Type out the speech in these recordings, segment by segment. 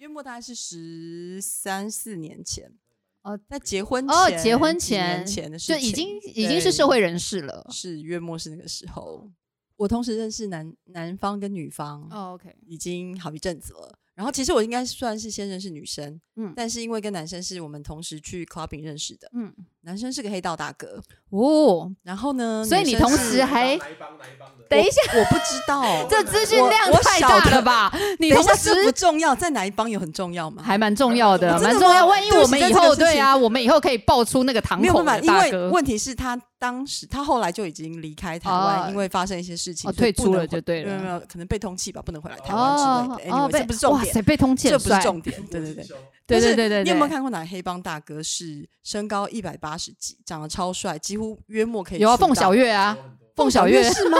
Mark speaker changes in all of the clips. Speaker 1: 约莫大概是十三四年前
Speaker 2: 哦，
Speaker 1: 在结婚
Speaker 2: 哦
Speaker 1: 前
Speaker 2: 结婚
Speaker 1: 几年
Speaker 2: 前
Speaker 1: 前的事
Speaker 2: 就
Speaker 1: 情，
Speaker 2: 已经已经是社
Speaker 1: 对
Speaker 2: 会人士了。
Speaker 1: 是月末是那个时候，我同时认识男男方跟女方，
Speaker 2: 哦，OK，
Speaker 1: 已经好一阵子了。然后其实我应该算是先认识女生，
Speaker 2: 嗯
Speaker 1: 但是因为跟男生是我们同时去 clubbing 认识的，
Speaker 2: 嗯，
Speaker 1: 男生是个黑道大哥，
Speaker 2: 哦，
Speaker 1: 然后呢，
Speaker 2: 所以
Speaker 1: 女
Speaker 2: 你
Speaker 1: 生
Speaker 2: 同
Speaker 1: 是
Speaker 2: 时还
Speaker 3: 哪一帮哪一帮的？，
Speaker 2: 等一下，
Speaker 1: 我不知道
Speaker 2: 这资讯
Speaker 1: 我
Speaker 2: 量
Speaker 1: 我
Speaker 2: 太
Speaker 1: 晓
Speaker 2: 大
Speaker 1: 得
Speaker 2: 了吧？你
Speaker 1: 等
Speaker 2: 同
Speaker 1: 一下这不
Speaker 2: 时
Speaker 1: 重要，在哪一帮有很重要吗？
Speaker 2: 还蛮重要的，
Speaker 1: 真的
Speaker 2: 蛮重要。
Speaker 1: 吗
Speaker 2: 万一
Speaker 1: 对不
Speaker 2: 我
Speaker 1: 起
Speaker 2: 们
Speaker 1: 在
Speaker 2: 以
Speaker 1: 这个
Speaker 2: 后
Speaker 1: 事情
Speaker 2: 对啊，我们以后可以爆出那个堂
Speaker 1: 没有
Speaker 2: 口
Speaker 1: 办法，
Speaker 2: 的
Speaker 1: 因
Speaker 2: 大
Speaker 1: 为
Speaker 2: 哥
Speaker 1: 问题是他当时他后来就已经离开台湾，
Speaker 2: 哦
Speaker 1: 因为发生一些事情，
Speaker 2: 哦
Speaker 1: 所以不
Speaker 2: 退出
Speaker 1: 能
Speaker 2: 了
Speaker 1: 回
Speaker 2: 就对
Speaker 1: 没有没
Speaker 2: 了。
Speaker 1: 有，可能被通缉吧，不能回来台湾
Speaker 2: 哦
Speaker 1: 之类的。
Speaker 2: 哦，
Speaker 1: anyway，
Speaker 2: 被
Speaker 1: 这不是重
Speaker 2: 哇
Speaker 1: 点，
Speaker 2: 塞，被通缉
Speaker 1: 这
Speaker 2: 很
Speaker 1: 不是
Speaker 2: 帅，
Speaker 1: 重点，对 对对。
Speaker 2: 对
Speaker 1: 但
Speaker 2: 对
Speaker 1: 是
Speaker 2: 对对
Speaker 1: 你有没有
Speaker 2: 对
Speaker 1: 看过哪个黑帮大哥是身高一百八十几，长得超帅，几乎约莫可以
Speaker 2: 有啊，
Speaker 1: 出道
Speaker 2: 凤小月啊，
Speaker 1: 凤
Speaker 2: 凤
Speaker 1: 小
Speaker 2: 小
Speaker 1: 月
Speaker 2: 月
Speaker 1: 是 吗？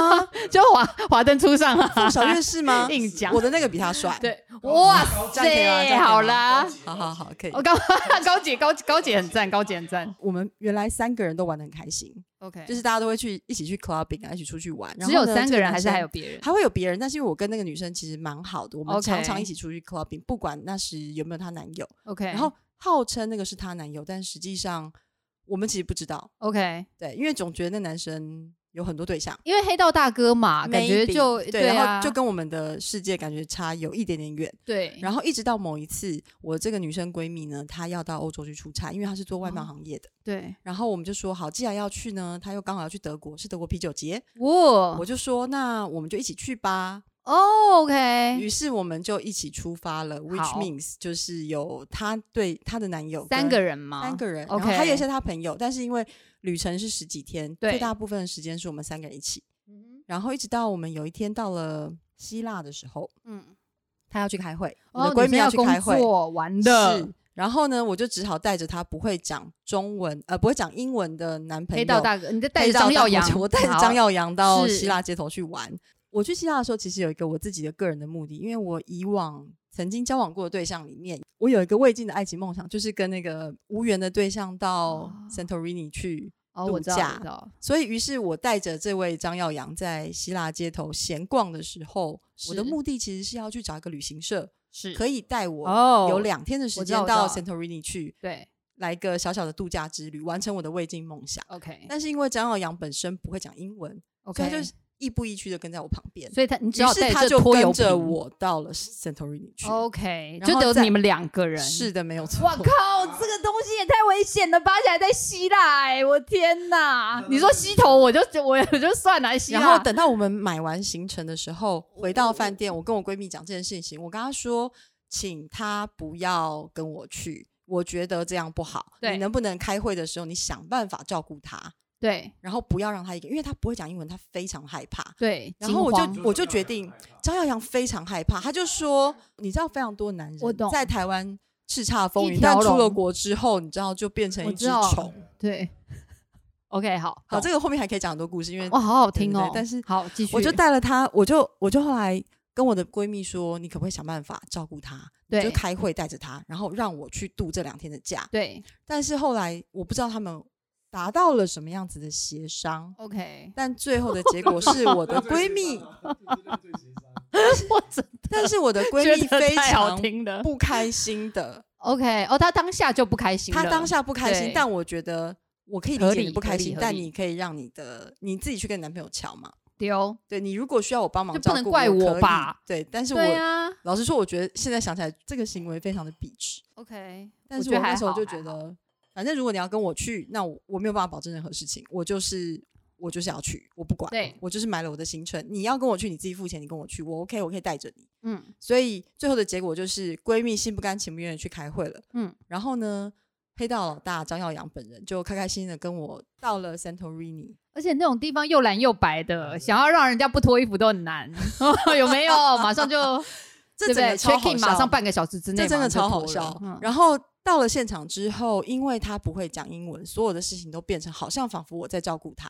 Speaker 2: 就华华灯初上啊，
Speaker 1: 凤小月是吗？
Speaker 2: 硬讲
Speaker 1: 我的那个比他帅。，啊
Speaker 2: 对，哇
Speaker 1: 这样可以吗这
Speaker 2: 塞，
Speaker 1: 样可以吗
Speaker 2: 好啦，哦
Speaker 1: 好好好，可以
Speaker 2: 我。高高姐高高姐很赞，高姐很赞
Speaker 1: 哦我们原来三个人都玩的很开心，
Speaker 2: ，OK，
Speaker 1: 就是大家都会去一起去 clubbing 啊，一起出去玩。然
Speaker 2: 只
Speaker 1: 后
Speaker 2: 有
Speaker 1: 呢
Speaker 2: 三
Speaker 1: 这
Speaker 2: 个人还
Speaker 1: 男
Speaker 2: 是
Speaker 1: 生
Speaker 2: 还有别人？
Speaker 1: 还会有别人，但是因为我跟那个女生其实蛮好的，我们
Speaker 2: OK
Speaker 1: 常常一起出去 clubbing，不管那时有没有她男友。
Speaker 2: OK，
Speaker 1: 然后号称那个是她男友，但实际上我们其实不知道，
Speaker 2: OK，
Speaker 1: 对，因为总觉得那男生有很多对象，
Speaker 2: 因为黑道大哥嘛，感觉
Speaker 1: Maybe，
Speaker 2: 就
Speaker 1: 对，
Speaker 2: 对
Speaker 1: 然
Speaker 2: 啊，
Speaker 1: 后就跟我们的世界感觉差有一点点远。
Speaker 2: 对，
Speaker 1: 然后一直到某一次，我这个女生闺蜜呢，她要到欧洲去出差，因为她是做外贸
Speaker 2: 哦
Speaker 1: 行业的。
Speaker 2: 对，
Speaker 1: 然后我们就说好，既然要去呢，她又刚好要去德国，是德国啤酒节，
Speaker 2: 哇
Speaker 1: 我就说那我们就一起去吧。
Speaker 2: 哦，OK，
Speaker 1: 于是我们就一起出发了，which
Speaker 2: 好
Speaker 1: means 就是有她对她的男友
Speaker 2: 三
Speaker 1: 跟
Speaker 2: 个人嘛，
Speaker 1: 三个人，然
Speaker 2: OK
Speaker 1: 后还有一些她朋友，但是因为旅程是十几天，
Speaker 2: 对
Speaker 1: 最大部分的时间是我们三个人一起。
Speaker 2: 嗯
Speaker 1: 然后一直到我们有一天到了希腊的时候，
Speaker 2: 嗯，
Speaker 1: 她要去开会，
Speaker 2: 哦，
Speaker 1: 我的闺
Speaker 2: 你
Speaker 1: 蜜
Speaker 2: 们要
Speaker 1: 去
Speaker 2: 工
Speaker 1: 开会，
Speaker 2: 作玩的
Speaker 1: 是。然后呢，我就只好带着她不会讲中文，呃，不会讲英文的男朋友，
Speaker 2: 黑道大哥，你在
Speaker 1: 黑
Speaker 2: 带着
Speaker 1: 道大
Speaker 2: 张耀扬
Speaker 1: 我，我带着张耀扬到
Speaker 2: 是
Speaker 1: 希腊街头去玩。我去希腊的时候，其实有一个我自己的个人的目的，因为我以往曾经交往过的对象里面，我有一个未尽的爱情梦想，就是跟那个无缘的对象到
Speaker 2: 哦
Speaker 1: Santorini 去
Speaker 2: 好哦，我知道，
Speaker 1: 度假
Speaker 2: 我知道，
Speaker 1: 所以，于是我带着这位张耀扬在希腊街头闲逛的时候，我的
Speaker 2: 是
Speaker 1: 目的其实是要去找一个旅行社，
Speaker 2: 是
Speaker 1: 可以带我
Speaker 2: 哦，
Speaker 1: 有两天的时
Speaker 2: 我知
Speaker 1: 间
Speaker 2: 道我知
Speaker 1: 到
Speaker 2: 道
Speaker 1: Santorini 去，
Speaker 2: 对
Speaker 1: 来一个小小的度假之旅，完成我的未尽梦想。
Speaker 2: ，OK
Speaker 1: 但是因为张耀扬本身不会讲英文，所以
Speaker 2: OK，
Speaker 1: 他就是亦步亦趋的跟在我旁边，
Speaker 2: 所以他你只
Speaker 1: 于
Speaker 2: 要
Speaker 1: 是
Speaker 2: 带
Speaker 1: 他
Speaker 2: 这
Speaker 1: 就
Speaker 2: 拖油
Speaker 1: 跟
Speaker 2: 瓶
Speaker 1: 着我到了 Santorini 去。
Speaker 2: ，OK，
Speaker 1: 然
Speaker 2: 就
Speaker 1: 后
Speaker 2: 只有
Speaker 1: 再
Speaker 2: 你们两个人，
Speaker 1: 是的，没有错。
Speaker 2: 哇靠，这个东西也太危险了吧！而且还在希腊、哎，我天哪！你说西头，我就我我就算了，希腊。
Speaker 1: 呃然后等到我们买完行程的时候，回到饭店，我跟我闺蜜讲这件事情，我跟她说，请她不要跟我去，我觉得这样不好。
Speaker 2: 对
Speaker 1: 你能不能开会的时候，你想办法照顾她，
Speaker 2: 对
Speaker 1: 然后不要让她一个，因为她不会讲英文，她非常害怕。
Speaker 2: 对，
Speaker 1: 然后我
Speaker 2: 惊慌
Speaker 1: 就我就决定，张耀扬非常害怕，他就说，你知道非常多男人
Speaker 2: 我懂
Speaker 1: 在台湾叱咤风云，
Speaker 2: 一条
Speaker 1: 但
Speaker 2: 龙
Speaker 1: 出了国之后，你知道就变成一
Speaker 2: 我
Speaker 1: 只
Speaker 2: 知道
Speaker 1: 虫。
Speaker 2: 对，OK 好，
Speaker 1: 好，
Speaker 2: 懂
Speaker 1: 这个后面还可以讲很多故事，因为
Speaker 2: 哇好好
Speaker 1: 对
Speaker 2: 听
Speaker 1: 对对
Speaker 2: 哦。
Speaker 1: 但是
Speaker 2: 好，继续，
Speaker 1: 我就带了她，我就我就后来跟我的闺蜜说，你可不可以想办法照顾她？你就
Speaker 2: 对
Speaker 1: 开会带着她，然后让我去度这两天的假。
Speaker 2: 对
Speaker 1: 但是后来我不知道他们达到了什么样子的协商，
Speaker 2: OK，
Speaker 1: 但最后的结果是我的闺蜜，
Speaker 2: 我真
Speaker 1: 但是我的闺
Speaker 2: 觉
Speaker 1: 蜜
Speaker 2: 得
Speaker 1: 非
Speaker 2: 太好
Speaker 1: 常
Speaker 2: 听了。
Speaker 1: 不开心的，
Speaker 2: OK，哦，他当下就不开心了，
Speaker 1: 她当下不开心
Speaker 2: 对，
Speaker 1: 但我觉得我可以理
Speaker 2: 合
Speaker 1: 解你
Speaker 2: 理
Speaker 1: 不开
Speaker 2: 合理
Speaker 1: 心，
Speaker 2: 合
Speaker 1: 但
Speaker 2: 理
Speaker 1: 你可以让你的你自己去跟你男朋友瞧嘛。
Speaker 2: 丢，
Speaker 1: 对你如果需要我帮忙
Speaker 2: 就
Speaker 1: 照
Speaker 2: 不
Speaker 1: 顾，
Speaker 2: 能怪
Speaker 1: 我
Speaker 2: 我
Speaker 1: 可以
Speaker 2: 吧？
Speaker 1: 对，但是我、
Speaker 2: 对啊
Speaker 1: 老实说，我觉得现在想起来这个行为非常的鄙视。
Speaker 2: ，OK，
Speaker 1: 但是
Speaker 2: 觉
Speaker 1: 我
Speaker 2: 得还
Speaker 1: 那时候
Speaker 2: 好
Speaker 1: 就
Speaker 2: 还
Speaker 1: 觉
Speaker 2: 好
Speaker 1: 得，反正如果你要跟我去，那我我没有办法保证任何事情，我就是我就是要去，我不管，
Speaker 2: 对
Speaker 1: 我就是买了我的行程，你要跟我去，你自己付钱，你跟我去，我 OK，我可以带着你。
Speaker 2: 嗯
Speaker 1: 所以最后的结果就是闺蜜心不甘情不愿的去开会了，
Speaker 2: 嗯，
Speaker 1: 然后呢，黑道老大张耀扬本人就开开心心的跟我到了 Santorini，
Speaker 2: 而且那种地方又蓝又白的，想要让人家不脱衣服都很难， 有没有？马上就
Speaker 1: 这整
Speaker 2: 对不
Speaker 1: 个
Speaker 2: 对
Speaker 1: 超好
Speaker 2: ？check
Speaker 1: 笑
Speaker 2: in 马上半个小时之内，
Speaker 1: 这真的
Speaker 2: 马上就
Speaker 1: 超好
Speaker 2: 脱了
Speaker 1: 笑。
Speaker 2: 嗯
Speaker 1: 然后到了现场之后，因为他不会讲英文，所有的事情都变成好像仿佛我在照顾他，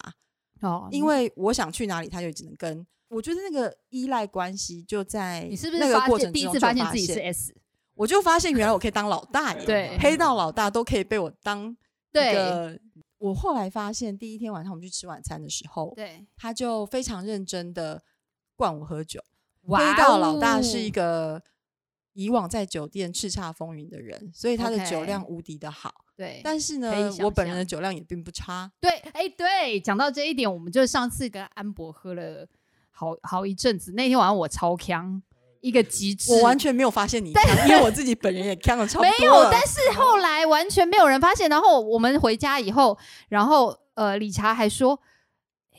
Speaker 2: 哦，
Speaker 1: 因为我想去哪里，他就只能跟。我觉得那个依赖关系就在
Speaker 2: 你是不是
Speaker 1: 那个
Speaker 2: 发
Speaker 1: 过
Speaker 2: 现
Speaker 1: 程
Speaker 2: 第一
Speaker 1: 中
Speaker 2: 次
Speaker 1: 就
Speaker 2: 发现自己是
Speaker 1: 现
Speaker 2: S？
Speaker 1: 我就发现原来我可以当老大耶，
Speaker 2: 对嗯
Speaker 1: 黑道老大都可以被我当一
Speaker 2: 对
Speaker 1: 个。我后来发现，第一天晚上我们去吃晚餐的时候，
Speaker 2: 对，
Speaker 1: 他就非常认真的灌我喝酒。
Speaker 2: 哇哦
Speaker 1: 黑道老大是一
Speaker 2: 个
Speaker 1: 个以往在酒店叱咤风云的人，所以他的
Speaker 2: OK
Speaker 1: 酒量无敌的好。
Speaker 2: 对，
Speaker 1: 但是
Speaker 2: 可以
Speaker 1: 呢，
Speaker 2: 想
Speaker 1: 我本人的
Speaker 2: 象
Speaker 1: 酒量也并不差。
Speaker 2: 对，哎，对，讲到这一点，我们就上次跟安博喝了好好一阵子，那天晚上我超强，一个极致，
Speaker 1: 我完全没有发现你呛，因为我自己本人 也呛的差不多
Speaker 2: 没有
Speaker 1: 了，
Speaker 2: 但是后来完全没有人发现。然后我们回家以后，然后呃，理查还说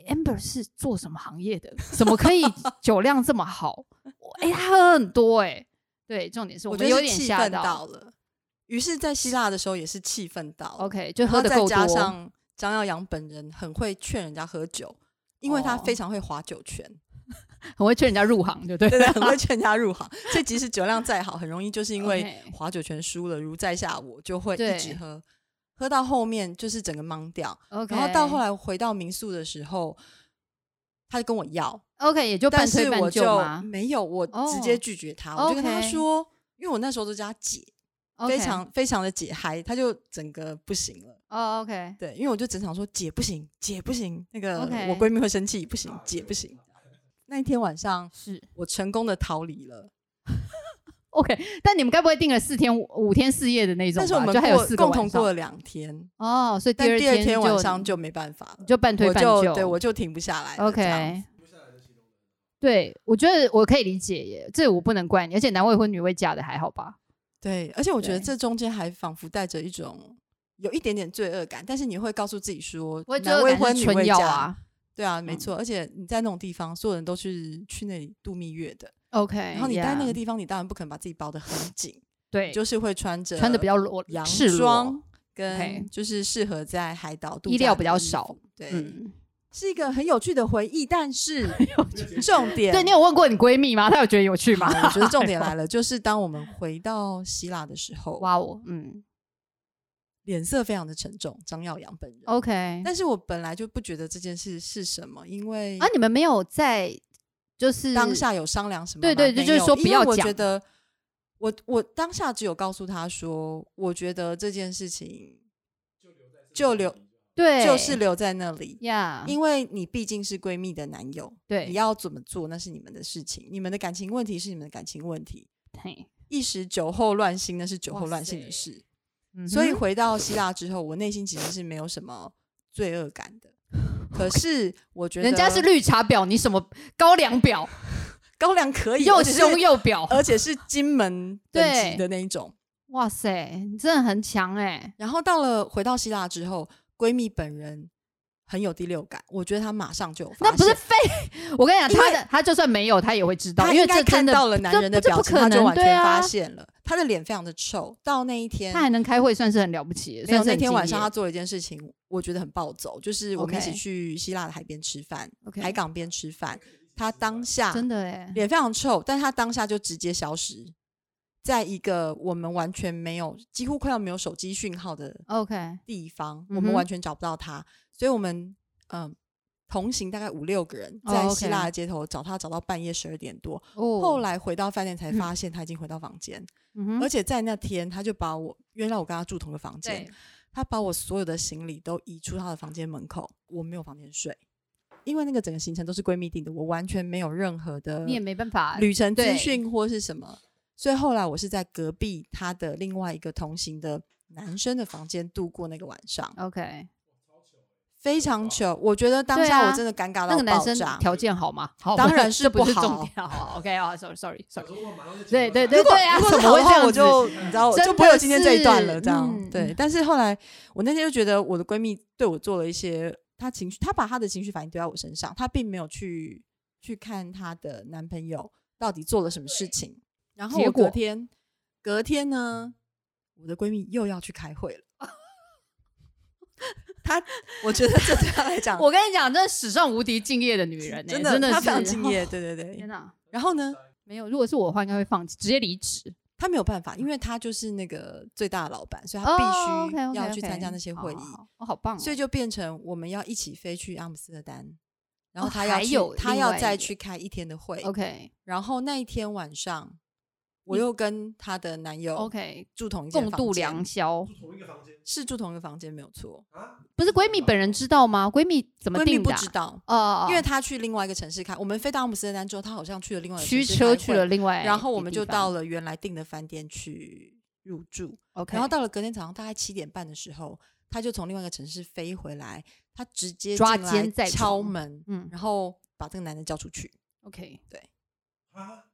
Speaker 2: ，Amber 是做什么行业的？怎么 可以酒量这么好？哎、他喝很多哎、对，重点是
Speaker 1: 我
Speaker 2: 我
Speaker 1: 觉得
Speaker 2: 们
Speaker 1: 是
Speaker 2: 有点
Speaker 1: 气
Speaker 2: 吓
Speaker 1: 愤到了。于是，在希腊的时候也是气愤到了
Speaker 2: OK，就哦
Speaker 1: 然
Speaker 2: 喝
Speaker 1: 后
Speaker 2: 的
Speaker 1: 再
Speaker 2: 够
Speaker 1: 加
Speaker 2: 多。
Speaker 1: 上张耀扬本人很会劝人家喝酒，因为他
Speaker 2: 哦
Speaker 1: 非常会划酒圈，
Speaker 2: 很会劝人家入行，对不对？
Speaker 1: 对对，很会劝人家入行。所以即使酒量再好，很容易就是因为
Speaker 2: OK
Speaker 1: 划酒圈输了，如在下我就会
Speaker 2: 对
Speaker 1: 一直喝，喝到后面就是整个懵掉。
Speaker 2: OK，
Speaker 1: 然后 到后来回到民宿的时候，他就跟我要，
Speaker 2: ，OK 也就半
Speaker 1: 但是
Speaker 2: 推半
Speaker 1: 我
Speaker 2: 就
Speaker 1: 就
Speaker 2: 嘛
Speaker 1: 没有，我直接
Speaker 2: 哦
Speaker 1: 拒绝他，我就跟他
Speaker 2: OK
Speaker 1: 说，因为我那时候都叫他姐，非常非常的解嗨，他就整个不行了。
Speaker 2: 哦 OK，
Speaker 1: 对，因为我就整场说姐不行，姐不行，那个
Speaker 2: OK
Speaker 1: 我闺蜜会生气，不行，姐不行。那一天晚上，
Speaker 2: 是
Speaker 1: 我成功的逃离了，
Speaker 2: OK。但你们该不会定了四天五五天四夜的那种
Speaker 1: 但
Speaker 2: 吧？
Speaker 1: 是我们
Speaker 2: 就还有四
Speaker 1: 过共
Speaker 2: 个晚
Speaker 1: 同
Speaker 2: 上
Speaker 1: 过了两天，
Speaker 2: 哦，所以
Speaker 1: 但
Speaker 2: 二
Speaker 1: 第二天晚
Speaker 2: 就
Speaker 1: 上就没办法了
Speaker 2: 你，就半推
Speaker 1: 我
Speaker 2: 半就，
Speaker 1: 就对我就停不下来了。这样
Speaker 2: OK。对，我觉得我可以理解耶，这我不能怪你，而且男未婚女未嫁的还好吧？
Speaker 1: 对，而且我觉得
Speaker 2: 对
Speaker 1: 这中间还仿佛带着一种有一点点罪恶感，但是你会告诉自己说，
Speaker 2: 我觉
Speaker 1: 男
Speaker 2: 得
Speaker 1: 未婚女
Speaker 2: 春
Speaker 1: 未
Speaker 2: 药
Speaker 1: 嫁，
Speaker 2: 啊
Speaker 1: 对啊，没
Speaker 2: 嗯
Speaker 1: 错。而且你在那种地方，所有人都是去那里度蜜月的，
Speaker 2: ，OK，
Speaker 1: 然后你在那个
Speaker 2: yeah，
Speaker 1: 地方，你当然不可能把自己包的很紧，
Speaker 2: 哎对，
Speaker 1: 你就是会穿着
Speaker 2: 穿的比较裸，
Speaker 1: 洋
Speaker 2: 赤裸
Speaker 1: 装，
Speaker 2: ，OK
Speaker 1: 跟就是适合在海岛度
Speaker 2: 衣
Speaker 1: 假
Speaker 2: 料
Speaker 1: 的
Speaker 2: 比较
Speaker 1: 衣服
Speaker 2: 少，
Speaker 1: 对，
Speaker 2: 嗯，
Speaker 1: 是一个很有趣的回忆，但 是重点
Speaker 2: 对你有问过你闺蜜吗？她有觉得有趣吗
Speaker 1: 好？我觉得重点来了， 就是当我们回到希腊的时候，
Speaker 2: 哇哦，嗯
Speaker 1: 脸色非常的沉重，张耀扬本人。
Speaker 2: 哦，OK，
Speaker 1: 但是我本来就不觉得这件事是什么，因为
Speaker 2: 啊，你们没有在就是
Speaker 1: 当下有商量什么吗？
Speaker 2: 对对
Speaker 1: 没有
Speaker 2: 就是说不
Speaker 1: 因
Speaker 2: 要
Speaker 1: 为我
Speaker 2: 讲
Speaker 1: 觉得我我当下只有告诉他说，我觉得这件事情就留
Speaker 2: 对，
Speaker 1: 就是留在那里，
Speaker 2: 呀，
Speaker 1: 因为你毕竟是闺蜜的男友，
Speaker 2: 对
Speaker 1: 你要怎么做那是你们的事情，你们的感情问题是你们的感情问题，
Speaker 2: 嘿
Speaker 1: 一时酒后乱性那是酒
Speaker 2: 哇
Speaker 1: 后乱性的
Speaker 2: 塞
Speaker 1: 事。
Speaker 2: 嗯
Speaker 1: 所以
Speaker 2: 哼
Speaker 1: 回到希腊之后，我内心其实是没有什么罪恶感 的。可是我觉得
Speaker 2: 人家是绿茶婊，你什么高粱婊，
Speaker 1: 高粱可以，
Speaker 2: 又
Speaker 1: 而且是
Speaker 2: 凶又婊，
Speaker 1: 而且是金 门等级的那一种。
Speaker 2: 哇塞，你真的很强哎、
Speaker 1: 然后到了回到希腊之后，闺蜜本人很有第六感，我觉得她马上就有发
Speaker 2: 那
Speaker 1: 现
Speaker 2: 不是废？我跟你讲，
Speaker 1: 因为
Speaker 2: 他的他就算没有，他也会知道，
Speaker 1: 她
Speaker 2: 因
Speaker 1: 应
Speaker 2: 为
Speaker 1: 该
Speaker 2: 这
Speaker 1: 看
Speaker 2: 真的
Speaker 1: 到了男人的表情，她就完全发。
Speaker 2: 这这不可能对啊
Speaker 1: 现了。她的脸非常的臭，到那一天
Speaker 2: 他。还能开会，算是很了不起的。
Speaker 1: 没有
Speaker 2: 算是
Speaker 1: 那
Speaker 2: 很
Speaker 1: 天晚
Speaker 2: 敬
Speaker 1: 上，
Speaker 2: 业
Speaker 1: 她做了一件事情，我觉得很暴走，就是我们一
Speaker 2: OK
Speaker 1: 起去希腊的海边吃饭
Speaker 2: OK
Speaker 1: 海港边吃饭。她当下
Speaker 2: 真的哎、
Speaker 1: 脸非常臭，但他当下就直接消失，在一个我们完全没有、几乎快要没有手机讯号的
Speaker 2: OK，
Speaker 1: 地方，
Speaker 2: 嗯哼
Speaker 1: 我们完全找不到他，所以我们嗯、同行大概五六个人
Speaker 2: 哦
Speaker 1: 在
Speaker 2: OK
Speaker 1: 希腊的街头找他，找到半夜十二点多。
Speaker 2: 哦，
Speaker 1: 后来回到饭店才发现他已经回到房间，
Speaker 2: 嗯哼
Speaker 1: 而且在那天他就把我，原来我跟他住同个房间
Speaker 2: 对，
Speaker 1: 他把我所有的行李都移出他的房间门口，我没有房间睡。因为那个整个行程都是闺蜜定的，我完全没有任何的
Speaker 2: 你也没办法，
Speaker 1: 旅程资
Speaker 2: 对
Speaker 1: 讯或是什么。所以后来我是在隔壁他的另外一个同行的男生的房间度过那个晚上，
Speaker 2: OK，
Speaker 1: 非常糗。我觉得当
Speaker 2: 哦对
Speaker 1: 下
Speaker 2: 啊
Speaker 1: 我真的尴尬
Speaker 2: 那
Speaker 1: 到
Speaker 2: 个男
Speaker 1: 爆
Speaker 2: 生
Speaker 1: 炸。
Speaker 2: 条件 好吗？好，
Speaker 1: 当
Speaker 2: 不
Speaker 1: 然是
Speaker 2: 这不
Speaker 1: 不
Speaker 2: 是
Speaker 1: 好
Speaker 2: 重点。好，OK 啊，sorry sorry sorry，对
Speaker 3: 对对
Speaker 2: 对对
Speaker 3: 对，
Speaker 1: 如果
Speaker 2: 对 啊，
Speaker 1: 如果
Speaker 2: 怎
Speaker 1: 是
Speaker 2: 么
Speaker 1: 好
Speaker 2: 会
Speaker 1: 的
Speaker 2: 这
Speaker 1: 话，
Speaker 2: 样
Speaker 1: 我
Speaker 2: 子
Speaker 1: 就你知道，我
Speaker 2: 真
Speaker 1: 就不会有
Speaker 2: 的
Speaker 1: 今天这一段
Speaker 2: 是
Speaker 1: 了。这样、
Speaker 2: 嗯
Speaker 1: 对，但是后来我那天就觉得我的闺蜜对我做了一些，她情绪，她把她的情绪反应堆在我身上，她并没有去去看她的男朋友到底做了什么事情。然后
Speaker 2: 结
Speaker 1: 我隔
Speaker 2: 果，
Speaker 1: 天，隔天呢，我的闺蜜又要去开会了。她，我觉得这对她来讲
Speaker 2: 我跟你讲，这史上无敌敬业的女人、欸，
Speaker 1: 真
Speaker 2: 真
Speaker 1: 的她
Speaker 2: 是
Speaker 1: 非常敬。业，对对
Speaker 2: 哦
Speaker 1: 对
Speaker 2: 天。哪，
Speaker 1: 然后呢，
Speaker 2: 没有，如果是我的话，应该会放弃，直接离职。
Speaker 1: 他没有办法，因为他就是那个最大的老板，所以他
Speaker 2: 嗯哦
Speaker 1: 必
Speaker 2: OK，OK，OK
Speaker 1: 须要去参加那些会议，
Speaker 2: 好好好哦，好棒哦！
Speaker 1: 所以就变成我们要一起飞去阿姆斯特丹，然后
Speaker 2: 哦
Speaker 1: 他要
Speaker 2: 还
Speaker 1: 去、
Speaker 2: 有
Speaker 1: 他
Speaker 2: 另
Speaker 1: 要
Speaker 2: 外一
Speaker 1: 再
Speaker 2: 个
Speaker 1: 去开一天的会，
Speaker 2: OK，
Speaker 1: 然后那一天晚上我又跟她的男友
Speaker 2: OK，
Speaker 1: 住同一间
Speaker 2: 共
Speaker 1: 房
Speaker 2: 度
Speaker 1: 间
Speaker 2: 良宵。
Speaker 3: 同一个房间
Speaker 1: 是住同一个房间没有错，
Speaker 3: 啊？
Speaker 2: 不是闺蜜本人知道吗？闺蜜怎么
Speaker 1: 闺蜜
Speaker 2: 定
Speaker 1: 不
Speaker 2: 的啊？
Speaker 1: 知道，
Speaker 2: 呃，
Speaker 1: 因为她去另外一个城市看，我们飞到阿姆斯特丹之后，她好像去了另外一个城
Speaker 2: 驱
Speaker 1: 市
Speaker 2: 车
Speaker 1: 开
Speaker 2: 去
Speaker 1: 会
Speaker 2: 了，另外一个地方，
Speaker 1: 然后我们就到了原来订的饭店去入住，
Speaker 2: OK，
Speaker 1: 然后到了隔天早上大概七点半的时候，她就从另外一个城市飞回来，她直接
Speaker 2: 抓
Speaker 1: 进来
Speaker 2: 奸在
Speaker 1: 敲
Speaker 2: 床
Speaker 1: 门，
Speaker 2: 嗯
Speaker 1: 然后把这个男的叫出去，
Speaker 2: OK，
Speaker 3: 啊？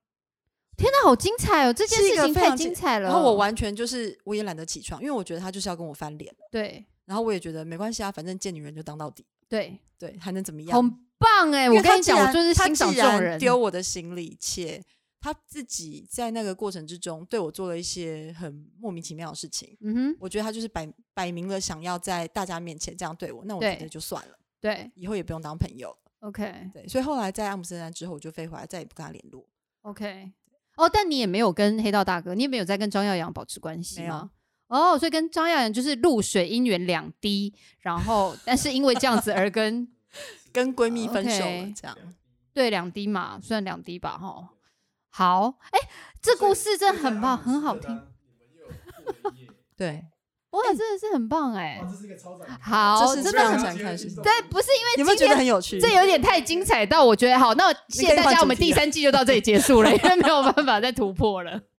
Speaker 2: 天哪，好精彩哦！这件
Speaker 1: 是一
Speaker 2: 事
Speaker 1: 个
Speaker 2: 情
Speaker 1: 非
Speaker 2: 太
Speaker 1: 常
Speaker 2: 精
Speaker 1: 精
Speaker 2: 彩了。
Speaker 1: 然后我完全就是我也懒得起床，因为我觉得他就是要跟我翻脸，
Speaker 2: 对
Speaker 1: 然后我也觉得没关系啊，反正见女人就当到底，
Speaker 2: 对，
Speaker 1: 对，还能怎么样？
Speaker 2: 很棒哎！
Speaker 1: 因为
Speaker 2: 我跟
Speaker 1: 他
Speaker 2: 你
Speaker 1: 既
Speaker 2: 讲，我
Speaker 1: 然
Speaker 2: 就是
Speaker 1: 他
Speaker 2: 欣赏
Speaker 1: 既
Speaker 2: 这种
Speaker 1: 然
Speaker 2: 人。
Speaker 1: 丢我的行李，且他自己在那个过程之中对我做了一些很莫名其妙的事情。
Speaker 2: 嗯哼，
Speaker 1: 我觉得他就是摆摆明了想要在大家面前这样对我，那我
Speaker 2: 对
Speaker 1: 觉得就算了，
Speaker 2: 对
Speaker 1: 以后也不用当朋友了。
Speaker 2: ，OK
Speaker 1: 对，所以后来在阿姆斯特丹之后，我就飞回来，再也不跟他联络。
Speaker 2: OK。哦，但你也没有跟黑道大哥，你也没有在跟张耀扬保持关系
Speaker 1: 没有
Speaker 2: 吗？哦，所以跟张耀扬就是露水姻缘两滴，然后但是因为这样子而跟
Speaker 1: 跟闺蜜分手了
Speaker 2: OK，
Speaker 1: 这样
Speaker 2: 对，两滴嘛，算两滴吧，哈。好，哎、这故事真的很棒，很好听，。
Speaker 1: 对，
Speaker 2: 哇，真的是很棒哎、
Speaker 3: 哇，这是一个超展开。
Speaker 2: 好，
Speaker 1: 这是
Speaker 2: 真
Speaker 1: 非
Speaker 2: 的
Speaker 1: 常
Speaker 2: 很，
Speaker 1: 展开的事情。
Speaker 2: 但不是
Speaker 1: 有没
Speaker 2: 因
Speaker 1: 有
Speaker 2: 为今
Speaker 1: 觉得
Speaker 2: 天
Speaker 1: 很有趣？
Speaker 2: 这有点太精
Speaker 1: 啊
Speaker 2: 彩到我觉得好，那谢谢大家，我们第三季就到这里结束了，因为没有办法再突破了。